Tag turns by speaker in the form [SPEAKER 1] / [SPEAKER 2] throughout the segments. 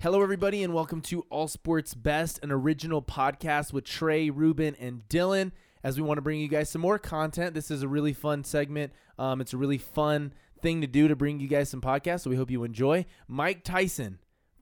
[SPEAKER 1] Hello, everybody, and welcome to All Sports Best, an original podcast with Trey, Ruben, and Dylan. As we want to bring you guys some more content, this is a really fun segment. Um, it's a really fun thing to do to bring you guys some podcasts, so we hope you enjoy. Mike Tyson,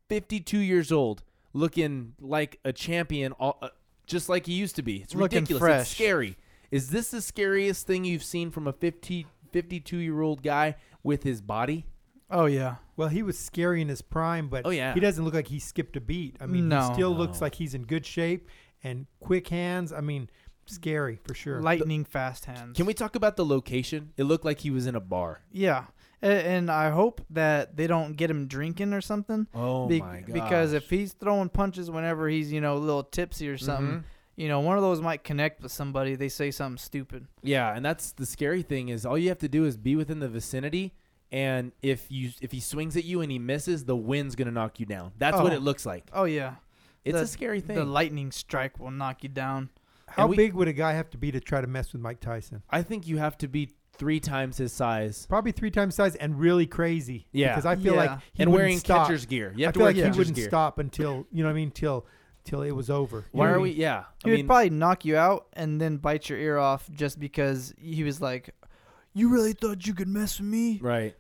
[SPEAKER 1] 52 years old, looking like a champion, all, uh, just like he used to be. It's
[SPEAKER 2] Looking
[SPEAKER 1] ridiculous.
[SPEAKER 2] fresh.
[SPEAKER 1] It's scary. Is this the scariest thing you've seen from a 50, 52 year old guy with his body?
[SPEAKER 2] Oh yeah.
[SPEAKER 3] Well, he was scary in his prime, but
[SPEAKER 1] Oh, yeah.
[SPEAKER 3] he doesn't look like he skipped a beat. I mean,
[SPEAKER 2] No.
[SPEAKER 3] he still looks
[SPEAKER 1] No.
[SPEAKER 3] like he's in good shape and quick hands. I mean, scary for sure.
[SPEAKER 2] Lightning fast hands.
[SPEAKER 1] Can we talk about the location? It looked like he was in a bar.
[SPEAKER 2] Yeah. A- And I hope that they don't get him drinking or something.
[SPEAKER 1] Oh
[SPEAKER 2] Be-
[SPEAKER 1] my god!
[SPEAKER 2] Because if he's throwing punches whenever he's, you know, a little tipsy or something,
[SPEAKER 1] Mhm.
[SPEAKER 2] you know, one of those might connect with somebody. They say something stupid.
[SPEAKER 1] yeah, and that's the scary thing is all you have to do is be within the vicinity, and if you if he swings at you and he misses, the wind's gonna knock you down. That's what
[SPEAKER 2] Oh.
[SPEAKER 1] it looks like.
[SPEAKER 2] Oh, yeah.
[SPEAKER 1] It's
[SPEAKER 2] The-
[SPEAKER 1] a scary
[SPEAKER 2] The
[SPEAKER 1] thing.
[SPEAKER 2] lightning strike will knock you down.
[SPEAKER 3] How
[SPEAKER 1] and we-
[SPEAKER 3] big would a guy have to be to try to mess with Mike Tyson?
[SPEAKER 1] I think you have to be three times his size
[SPEAKER 3] Probably three times size and really crazy.
[SPEAKER 1] Yeah.
[SPEAKER 3] because I feel like
[SPEAKER 2] Yeah.
[SPEAKER 3] he
[SPEAKER 1] and
[SPEAKER 3] wouldn't
[SPEAKER 1] wearing
[SPEAKER 3] stop.
[SPEAKER 1] catcher's gear. You
[SPEAKER 3] I
[SPEAKER 1] have to
[SPEAKER 3] feel
[SPEAKER 1] wear
[SPEAKER 3] like he
[SPEAKER 1] catcher's
[SPEAKER 3] wouldn't
[SPEAKER 1] gear.
[SPEAKER 3] stop until you know what I mean. Till till it was over. You
[SPEAKER 1] Why
[SPEAKER 3] know what
[SPEAKER 1] are
[SPEAKER 3] I
[SPEAKER 1] we?
[SPEAKER 3] mean?
[SPEAKER 1] Yeah, I
[SPEAKER 2] He
[SPEAKER 1] mean,
[SPEAKER 2] would probably knock you out and then bite your ear off just because he was like, You really thought you could mess with me?
[SPEAKER 1] right.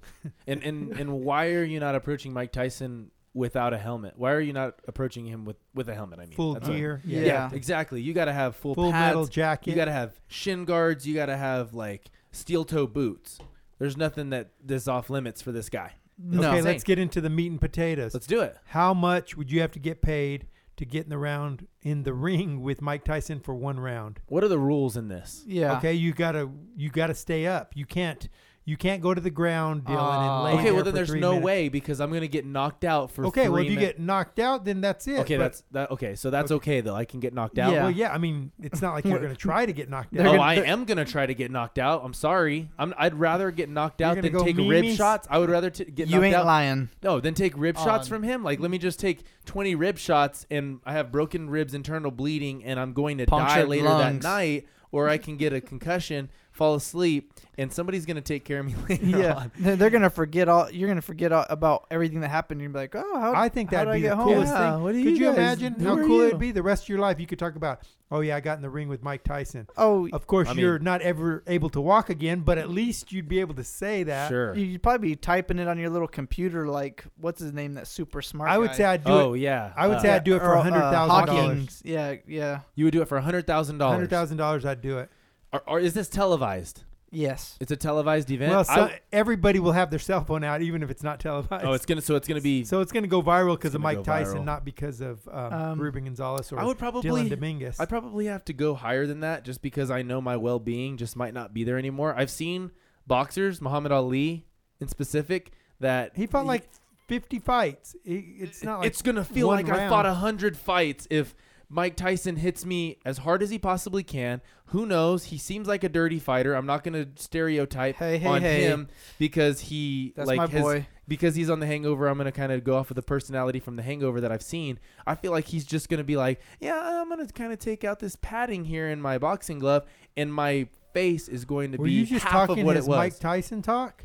[SPEAKER 1] And and and why are you not approaching Mike Tyson without a helmet? Why are you not approaching him with with a helmet? I mean,
[SPEAKER 3] Full
[SPEAKER 1] That's what-
[SPEAKER 3] gear.
[SPEAKER 2] Yeah.
[SPEAKER 1] Yeah, exactly. You got to have full,
[SPEAKER 3] Full
[SPEAKER 1] pads.
[SPEAKER 3] metal jacket.
[SPEAKER 1] You got to have shin guards. You got to have like steel toe boots. There's nothing that is off limits for this guy.
[SPEAKER 2] No.
[SPEAKER 3] okay,
[SPEAKER 1] Insane.
[SPEAKER 3] let's get into the meat and potatoes.
[SPEAKER 1] Let's do it.
[SPEAKER 3] How much would you have to get paid to get in the round in the ring with Mike Tyson for one round?
[SPEAKER 1] What are the rules in this?
[SPEAKER 2] Yeah.
[SPEAKER 3] Okay, you gotta you gotta stay up. You can't you can't go to the ground, Dylan,
[SPEAKER 2] Ah.
[SPEAKER 3] and lay
[SPEAKER 1] Okay,
[SPEAKER 3] there
[SPEAKER 1] well then
[SPEAKER 3] for
[SPEAKER 1] there's
[SPEAKER 3] three
[SPEAKER 1] no
[SPEAKER 3] minutes.
[SPEAKER 1] way because I'm gonna get knocked out for.
[SPEAKER 3] Okay, well
[SPEAKER 1] three
[SPEAKER 3] if you
[SPEAKER 1] min-
[SPEAKER 3] get knocked out, then that's it.
[SPEAKER 1] Okay,
[SPEAKER 3] But-
[SPEAKER 1] that's that. Okay, so that's okay though. I can get knocked out.
[SPEAKER 2] Yeah.
[SPEAKER 3] well, yeah. I mean, it's not like you're gonna try to get knocked
[SPEAKER 2] They're
[SPEAKER 1] oh,
[SPEAKER 3] out.
[SPEAKER 2] gonna-
[SPEAKER 1] I
[SPEAKER 2] they're-
[SPEAKER 1] am gonna try to get knocked out. I'm sorry. I'm. I'd rather get knocked
[SPEAKER 3] You're
[SPEAKER 1] out
[SPEAKER 3] gonna
[SPEAKER 1] than
[SPEAKER 3] go
[SPEAKER 1] take rib
[SPEAKER 3] memes?
[SPEAKER 1] shots. I would rather t- get
[SPEAKER 2] You
[SPEAKER 1] knocked
[SPEAKER 2] ain't
[SPEAKER 1] out.
[SPEAKER 2] lying.
[SPEAKER 1] No, then take rib shots
[SPEAKER 2] on-
[SPEAKER 1] from him. Like, let me just take 20 rib shots and I have broken ribs, internal bleeding, and I'm going to die
[SPEAKER 2] Punctured
[SPEAKER 1] later
[SPEAKER 2] lungs.
[SPEAKER 1] that night, or I can get a concussion, fall asleep, and somebody's going to take care of me later
[SPEAKER 2] Yeah,
[SPEAKER 1] on.
[SPEAKER 2] they're they're gonna forget all. You're gonna forget all, about everything that happened. You're gonna be like, oh, how?
[SPEAKER 3] I think
[SPEAKER 2] how
[SPEAKER 3] that'd
[SPEAKER 2] did
[SPEAKER 3] be
[SPEAKER 2] I
[SPEAKER 3] the
[SPEAKER 2] get home?
[SPEAKER 3] coolest
[SPEAKER 2] Yeah,
[SPEAKER 3] thing.
[SPEAKER 2] what do
[SPEAKER 3] Could you
[SPEAKER 2] guys-
[SPEAKER 3] imagine
[SPEAKER 2] who
[SPEAKER 3] how
[SPEAKER 2] are
[SPEAKER 3] cool
[SPEAKER 2] you?
[SPEAKER 3] it'd be the rest of your life? You could talk about, oh yeah, I got in the ring with Mike Tyson.
[SPEAKER 2] Oh,
[SPEAKER 3] Of course,
[SPEAKER 1] I mean-
[SPEAKER 3] you're not ever able to walk again, but at least you'd be able to say that.
[SPEAKER 1] Sure.
[SPEAKER 2] you- you'd probably be typing it on your little computer. Like, what's his name? That super smart.
[SPEAKER 3] I would
[SPEAKER 2] guy.
[SPEAKER 3] say I'd do
[SPEAKER 1] oh,
[SPEAKER 3] it.
[SPEAKER 1] yeah.
[SPEAKER 3] I would
[SPEAKER 1] Uh,
[SPEAKER 3] say I'd do it for
[SPEAKER 2] Earl- uh,
[SPEAKER 3] hundred thousand dollars.
[SPEAKER 2] Hawkins. Yeah, yeah,
[SPEAKER 1] you would do it for $100,000.
[SPEAKER 3] Hundred thousand dollars, I'd do it.
[SPEAKER 1] Or, or is this televised?
[SPEAKER 2] yes.
[SPEAKER 1] It's a televised event?
[SPEAKER 3] Well, so,
[SPEAKER 1] I-
[SPEAKER 3] everybody will have their cell phone out, even if it's not televised.
[SPEAKER 1] oh, it's going to, so it's going to be.
[SPEAKER 3] so it's going to go viral because of
[SPEAKER 1] gonna
[SPEAKER 3] Mike
[SPEAKER 1] go
[SPEAKER 3] Tyson,
[SPEAKER 1] viral.
[SPEAKER 3] not because of um,
[SPEAKER 2] Um,
[SPEAKER 3] Ruben Gonzalez or
[SPEAKER 1] I would
[SPEAKER 3] Dylan
[SPEAKER 1] probably.
[SPEAKER 3] Dominguez.
[SPEAKER 1] I probably have to go higher than that just because I know my well being just might not be there anymore. I've seen boxers, Muhammad Ali in specific, that
[SPEAKER 3] he fought like 50 fights. He- it's not like
[SPEAKER 1] it's gonna feel
[SPEAKER 3] one
[SPEAKER 1] like I fought
[SPEAKER 3] round.
[SPEAKER 1] a hundred fights if Mike Tyson hits me as hard as he possibly can. Who knows? He seems like a dirty fighter. I'm not gonna stereotype
[SPEAKER 2] Hey, hey,
[SPEAKER 1] on
[SPEAKER 2] hey.
[SPEAKER 1] him because he
[SPEAKER 2] That's
[SPEAKER 1] like
[SPEAKER 2] my
[SPEAKER 1] his-
[SPEAKER 2] boy.
[SPEAKER 1] because he's on The Hangover. I'm gonna kind of go off with the personality from The Hangover that I've seen. I feel like he's just gonna be like, yeah, I'm gonna kind of take out this padding here in my boxing glove, and my face is going to
[SPEAKER 3] Were
[SPEAKER 1] be
[SPEAKER 3] you just
[SPEAKER 1] half
[SPEAKER 3] talking
[SPEAKER 1] of what
[SPEAKER 3] his
[SPEAKER 1] it was.
[SPEAKER 3] Mike Tyson talk?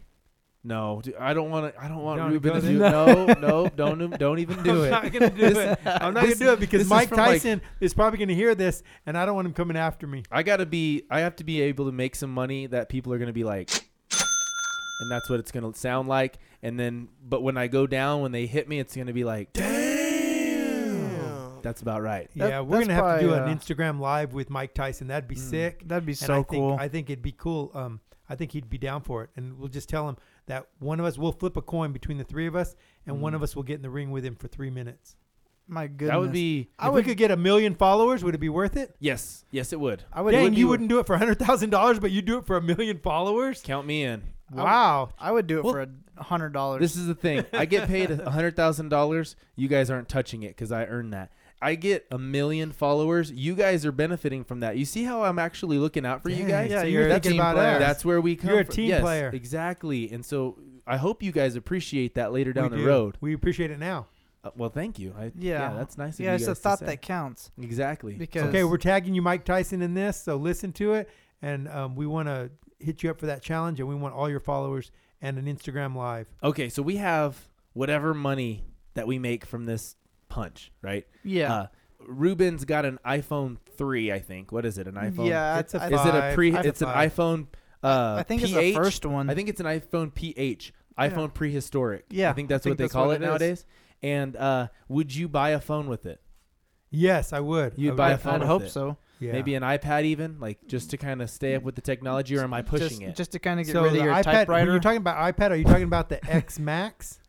[SPEAKER 1] No, dude, I don't want to. I don't want
[SPEAKER 3] Don't
[SPEAKER 1] Ruben
[SPEAKER 3] go
[SPEAKER 1] to do.
[SPEAKER 3] there.
[SPEAKER 1] No, no, don't don't even do
[SPEAKER 3] I'm
[SPEAKER 1] it.
[SPEAKER 3] not gonna do
[SPEAKER 1] This-
[SPEAKER 3] it. I'm not
[SPEAKER 1] this-
[SPEAKER 3] gonna do
[SPEAKER 1] this
[SPEAKER 3] it because
[SPEAKER 1] is
[SPEAKER 3] Mike
[SPEAKER 1] from, like-
[SPEAKER 3] Tyson is probably gonna hear this, and I don't want him coming after me.
[SPEAKER 1] I gotta be. I have to be able to make some money that people are gonna be like, and that's what it's gonna sound like. And then, but when I go down, when they hit me, it's gonna be like, damn. That's Hmm. about right.
[SPEAKER 2] That-
[SPEAKER 3] yeah, we're
[SPEAKER 2] that's
[SPEAKER 3] gonna have to do
[SPEAKER 2] probably,
[SPEAKER 3] an
[SPEAKER 2] uh,
[SPEAKER 3] Instagram live with Mike Tyson. That'd be sick.
[SPEAKER 2] That'd be
[SPEAKER 3] And
[SPEAKER 2] so
[SPEAKER 3] I think,
[SPEAKER 2] cool.
[SPEAKER 3] I think it'd be cool. Um, I think he'd be down for it, and we'll just tell him that one of us will flip a coin between the three of us, and one
[SPEAKER 1] Mm.
[SPEAKER 3] of us will get in the ring with him for three minutes.
[SPEAKER 2] my goodness.
[SPEAKER 1] That would be
[SPEAKER 2] I
[SPEAKER 3] if
[SPEAKER 2] would-
[SPEAKER 3] we could get a million followers, would it be worth it?
[SPEAKER 1] yes, yes, it would.
[SPEAKER 2] I would.
[SPEAKER 3] Dang,
[SPEAKER 2] would
[SPEAKER 3] you
[SPEAKER 2] do-
[SPEAKER 3] wouldn't do it for hundred thousand dollars, but you do it for a million followers.
[SPEAKER 1] Count me in.
[SPEAKER 2] would-
[SPEAKER 3] Wow,
[SPEAKER 2] I would do it
[SPEAKER 1] Well,
[SPEAKER 2] for a hundred dollars.
[SPEAKER 1] This is the thing. I get paid a hundred thousand dollars. You guys aren't touching it because I earned that. I get a million followers. You guys are benefiting from that. You see how I'm actually looking out for you
[SPEAKER 3] Dang,
[SPEAKER 1] guys.
[SPEAKER 3] so
[SPEAKER 2] Yeah,
[SPEAKER 3] you're
[SPEAKER 2] that's
[SPEAKER 3] thinking
[SPEAKER 2] team
[SPEAKER 3] about
[SPEAKER 2] player.
[SPEAKER 3] us.
[SPEAKER 1] That's where we come.
[SPEAKER 3] You're a
[SPEAKER 1] from.
[SPEAKER 3] team
[SPEAKER 1] Yes,
[SPEAKER 3] player.
[SPEAKER 1] exactly. And so I hope you guys appreciate that later down the
[SPEAKER 3] We do.
[SPEAKER 1] road.
[SPEAKER 3] We appreciate it now.
[SPEAKER 1] Uh, well, thank you. I, yeah.
[SPEAKER 2] Yeah.
[SPEAKER 1] that's nice. Of
[SPEAKER 2] yeah,
[SPEAKER 1] you
[SPEAKER 2] it's
[SPEAKER 1] guys
[SPEAKER 2] a
[SPEAKER 1] to
[SPEAKER 2] thought
[SPEAKER 1] say.
[SPEAKER 2] that counts.
[SPEAKER 1] exactly
[SPEAKER 2] Because-
[SPEAKER 3] Okay, we're tagging you, Mike Tyson, in this, so listen to it, and um, we want to hit you up for that challenge, and we want all your followers and an Instagram live.
[SPEAKER 1] okay. So we have whatever money that we make from this punch, right?
[SPEAKER 2] Yeah.
[SPEAKER 1] Uh, Ruben's got an iPhone three, I think. What is it? An iPhone?
[SPEAKER 2] yeah.
[SPEAKER 3] It's a
[SPEAKER 2] I- I-
[SPEAKER 3] fucking
[SPEAKER 1] Is it a
[SPEAKER 3] Five.
[SPEAKER 1] pre?
[SPEAKER 3] iPhone
[SPEAKER 1] It's an
[SPEAKER 3] five.
[SPEAKER 1] iPhone. Uh,
[SPEAKER 2] I think
[SPEAKER 1] PH?
[SPEAKER 2] it's the first one.
[SPEAKER 1] I think it's an iPhone PH, iPhone prehistoric.
[SPEAKER 2] Yeah,
[SPEAKER 1] I think that's
[SPEAKER 3] I
[SPEAKER 1] what
[SPEAKER 3] think
[SPEAKER 1] they
[SPEAKER 3] that's
[SPEAKER 1] call
[SPEAKER 3] what
[SPEAKER 1] it,
[SPEAKER 3] it is.
[SPEAKER 1] nowadays. And uh, would you buy a phone with it?
[SPEAKER 3] Yes, I would.
[SPEAKER 1] You'd
[SPEAKER 3] I
[SPEAKER 1] buy a
[SPEAKER 3] would.
[SPEAKER 1] phone
[SPEAKER 2] I'd
[SPEAKER 1] with
[SPEAKER 2] hope
[SPEAKER 1] it.
[SPEAKER 2] so.
[SPEAKER 3] Yeah.
[SPEAKER 1] Maybe an iPad, even like just to kind of stay up with the technology, or am I pushing
[SPEAKER 2] just,
[SPEAKER 1] it?
[SPEAKER 2] Just to kind of get
[SPEAKER 3] so
[SPEAKER 2] rid
[SPEAKER 3] the
[SPEAKER 2] of your
[SPEAKER 3] iPad. When
[SPEAKER 2] typewriter.
[SPEAKER 3] you're talking about iPad, are you talking about the X Max?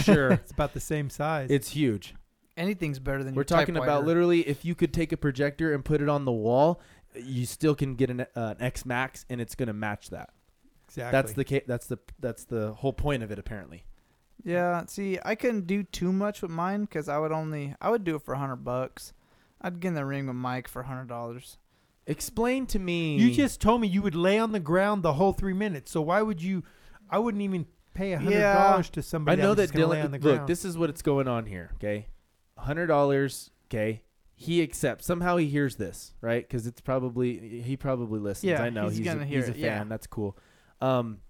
[SPEAKER 1] sure,
[SPEAKER 3] It's about the same size.
[SPEAKER 1] it's huge.
[SPEAKER 2] Anything's better than
[SPEAKER 1] We're
[SPEAKER 2] your
[SPEAKER 1] talking
[SPEAKER 2] typewriter.
[SPEAKER 1] about literally if you could take a projector and put it on the wall, you still can get an, uh, an X Max, and it's going to match that.
[SPEAKER 3] exactly.
[SPEAKER 1] That's the ca- that's the that's the whole point of it, apparently.
[SPEAKER 2] Yeah, see, I couldn't do too much with mine because I would only I would do it for a hundred bucks. I'd get in the ring with Mike for a hundred dollars.
[SPEAKER 1] Explain to me.
[SPEAKER 3] You just told me you would lay on the ground the whole three minutes. So why would you? I wouldn't even pay a hundred
[SPEAKER 2] Yeah.
[SPEAKER 3] dollars to
[SPEAKER 1] I
[SPEAKER 3] somebody.
[SPEAKER 1] know
[SPEAKER 3] I'm
[SPEAKER 1] that
[SPEAKER 3] just gonna lay
[SPEAKER 1] Dylan.
[SPEAKER 3] on the
[SPEAKER 1] look,
[SPEAKER 3] ground.
[SPEAKER 1] this is what's going on here. Okay, hundred dollars. Okay, he accepts. Somehow he hears this, right? Because it's probably he probably listens.
[SPEAKER 2] Yeah,
[SPEAKER 1] I know
[SPEAKER 2] he's
[SPEAKER 1] he's,
[SPEAKER 2] gonna
[SPEAKER 1] a,
[SPEAKER 2] hear
[SPEAKER 1] he's a
[SPEAKER 2] it,
[SPEAKER 1] fan.
[SPEAKER 2] yeah.
[SPEAKER 1] That's cool. Um,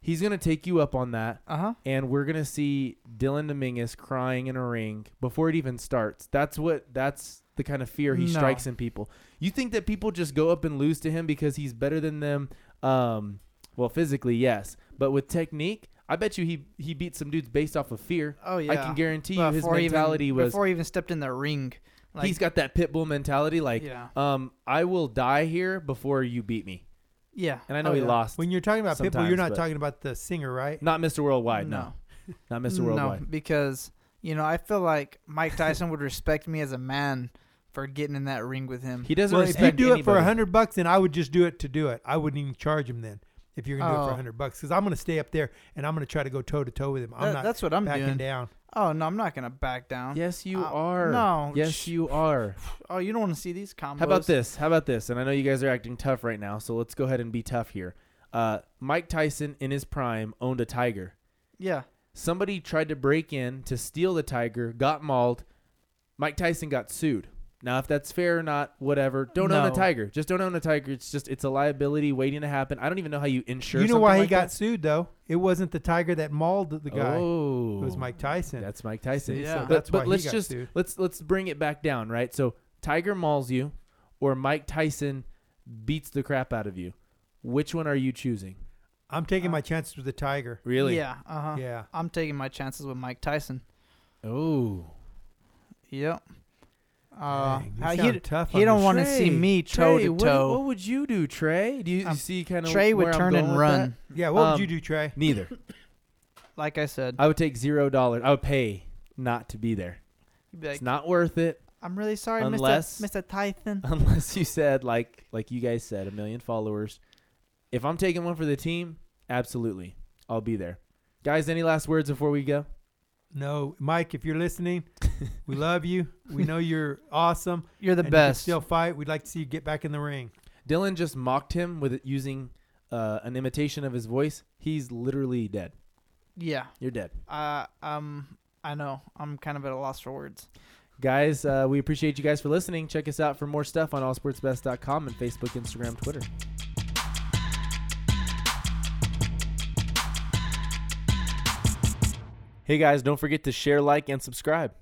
[SPEAKER 1] he's gonna take you up on that,
[SPEAKER 2] Uh huh.
[SPEAKER 1] and we're gonna see Dylan Dominguez crying in a ring before it even starts. That's what. That's the kind of fear he
[SPEAKER 2] No.
[SPEAKER 1] strikes in people. You think that people just go up and lose to him because he's better than them? Um, well, physically, yes, but with technique, I bet you he he beat some dudes based off of fear.
[SPEAKER 2] Oh yeah.
[SPEAKER 1] I can guarantee you his
[SPEAKER 2] Before even-
[SPEAKER 1] mentality was
[SPEAKER 2] before he even stepped in the ring. Like,
[SPEAKER 1] he's got that pit bull mentality like
[SPEAKER 2] yeah,
[SPEAKER 1] um I will die here before you beat me.
[SPEAKER 2] yeah.
[SPEAKER 1] And I know
[SPEAKER 2] Oh,
[SPEAKER 1] he
[SPEAKER 2] yeah.
[SPEAKER 1] lost.
[SPEAKER 3] when you're talking about Pitbull,
[SPEAKER 1] sometimes,
[SPEAKER 3] you're not
[SPEAKER 1] but-
[SPEAKER 3] talking about the singer, right?
[SPEAKER 1] Not Mr. Worldwide, no. Not Mr. Worldwide.
[SPEAKER 2] No, because you know I feel like Mike Tyson would respect me as a man for getting in that ring with him.
[SPEAKER 1] He doesn't
[SPEAKER 3] Well, if
[SPEAKER 1] respect
[SPEAKER 3] you do it for
[SPEAKER 1] anybody.
[SPEAKER 3] a hundred bucks, then I would just do it to do it. I wouldn't even charge him then. If you're gonna do it for
[SPEAKER 2] Oh.
[SPEAKER 3] a hundred bucks, because I'm gonna stay up there and I'm gonna try to go toe to toe with him. I'm
[SPEAKER 2] That-
[SPEAKER 3] not
[SPEAKER 2] that's what I'm
[SPEAKER 3] backing
[SPEAKER 2] doing.
[SPEAKER 3] down.
[SPEAKER 2] Oh no, I'm not gonna back down.
[SPEAKER 1] Yes, you
[SPEAKER 2] Uh,
[SPEAKER 1] are.
[SPEAKER 2] no,
[SPEAKER 1] Yes,
[SPEAKER 2] sh-
[SPEAKER 1] you are.
[SPEAKER 2] Oh, you don't want to see these combos.
[SPEAKER 1] How about this? How about this? And I know you guys are acting tough right now, so let's go ahead and be tough here. Uh, Mike Tyson in his prime owned a tiger.
[SPEAKER 2] Yeah.
[SPEAKER 1] Somebody tried to break in to steal the tiger, got mauled. Mike Tyson got sued. Now, if that's fair or not, whatever. Don't own a
[SPEAKER 2] No.
[SPEAKER 1] tiger. Just don't own a tiger. It's just it's a liability waiting to happen. I don't even know how you insure.
[SPEAKER 3] you know
[SPEAKER 1] something
[SPEAKER 3] why he
[SPEAKER 1] like
[SPEAKER 3] got
[SPEAKER 1] that.
[SPEAKER 3] sued though? It wasn't the tiger that mauled the guy.
[SPEAKER 1] Oh,
[SPEAKER 3] It was Mike Tyson.
[SPEAKER 1] That's Mike Tyson.
[SPEAKER 3] See,
[SPEAKER 2] Yeah.
[SPEAKER 3] so
[SPEAKER 1] But,
[SPEAKER 3] that's
[SPEAKER 1] but
[SPEAKER 3] why he
[SPEAKER 1] let's
[SPEAKER 3] got
[SPEAKER 1] just
[SPEAKER 3] sued.
[SPEAKER 1] let's let's bring it back down, right? So Tiger mauls you, or Mike Tyson beats the crap out of you. Which one are you choosing?
[SPEAKER 3] I'm taking my chances with the tiger.
[SPEAKER 1] Really?
[SPEAKER 2] Yeah. Uh huh.
[SPEAKER 3] Yeah.
[SPEAKER 2] I'm taking my chances with Mike Tyson.
[SPEAKER 1] Oh,
[SPEAKER 2] Yep. Uh,
[SPEAKER 3] Dang, you
[SPEAKER 2] uh,
[SPEAKER 3] sound
[SPEAKER 2] he
[SPEAKER 3] tough
[SPEAKER 2] he
[SPEAKER 3] on
[SPEAKER 2] don't
[SPEAKER 3] this.
[SPEAKER 2] want to see
[SPEAKER 1] Trey,
[SPEAKER 2] me toe
[SPEAKER 1] Trey,
[SPEAKER 2] to
[SPEAKER 1] what, what
[SPEAKER 2] toe.
[SPEAKER 1] would you do, Trey? Do you, you
[SPEAKER 2] Um,
[SPEAKER 1] see kind of
[SPEAKER 2] Trey would turn and run.
[SPEAKER 3] Yeah. What
[SPEAKER 1] Um,
[SPEAKER 3] would you do, Trey?
[SPEAKER 1] Neither.
[SPEAKER 2] Like I said,
[SPEAKER 1] I would take zero dollars. I would pay not to be there.
[SPEAKER 2] he'd be like,
[SPEAKER 1] it's not worth it
[SPEAKER 2] "I'm really sorry,
[SPEAKER 1] unless-
[SPEAKER 2] Mr. Mr. Tyson."
[SPEAKER 1] unless you said like like you guys said a million followers. If I'm taking one for the team, absolutely, I'll be there. Guys, any last words before we go?
[SPEAKER 3] No, Mike. If you're listening, we love you. We know you're awesome.
[SPEAKER 2] You're the
[SPEAKER 3] and you can
[SPEAKER 2] best.
[SPEAKER 3] still fight. We'd like to see you get back in the ring.
[SPEAKER 1] Dylan just mocked him with it using uh, an imitation of his voice. He's literally dead.
[SPEAKER 2] yeah.
[SPEAKER 1] You're dead.
[SPEAKER 2] Uh, um, I know. I'm kind of at a loss for words.
[SPEAKER 1] Guys, uh, we appreciate you guys for listening. Check us out for more stuff on allsportsbest.com and Facebook, Instagram, Twitter. Hey guys, don't forget to share, like, and subscribe.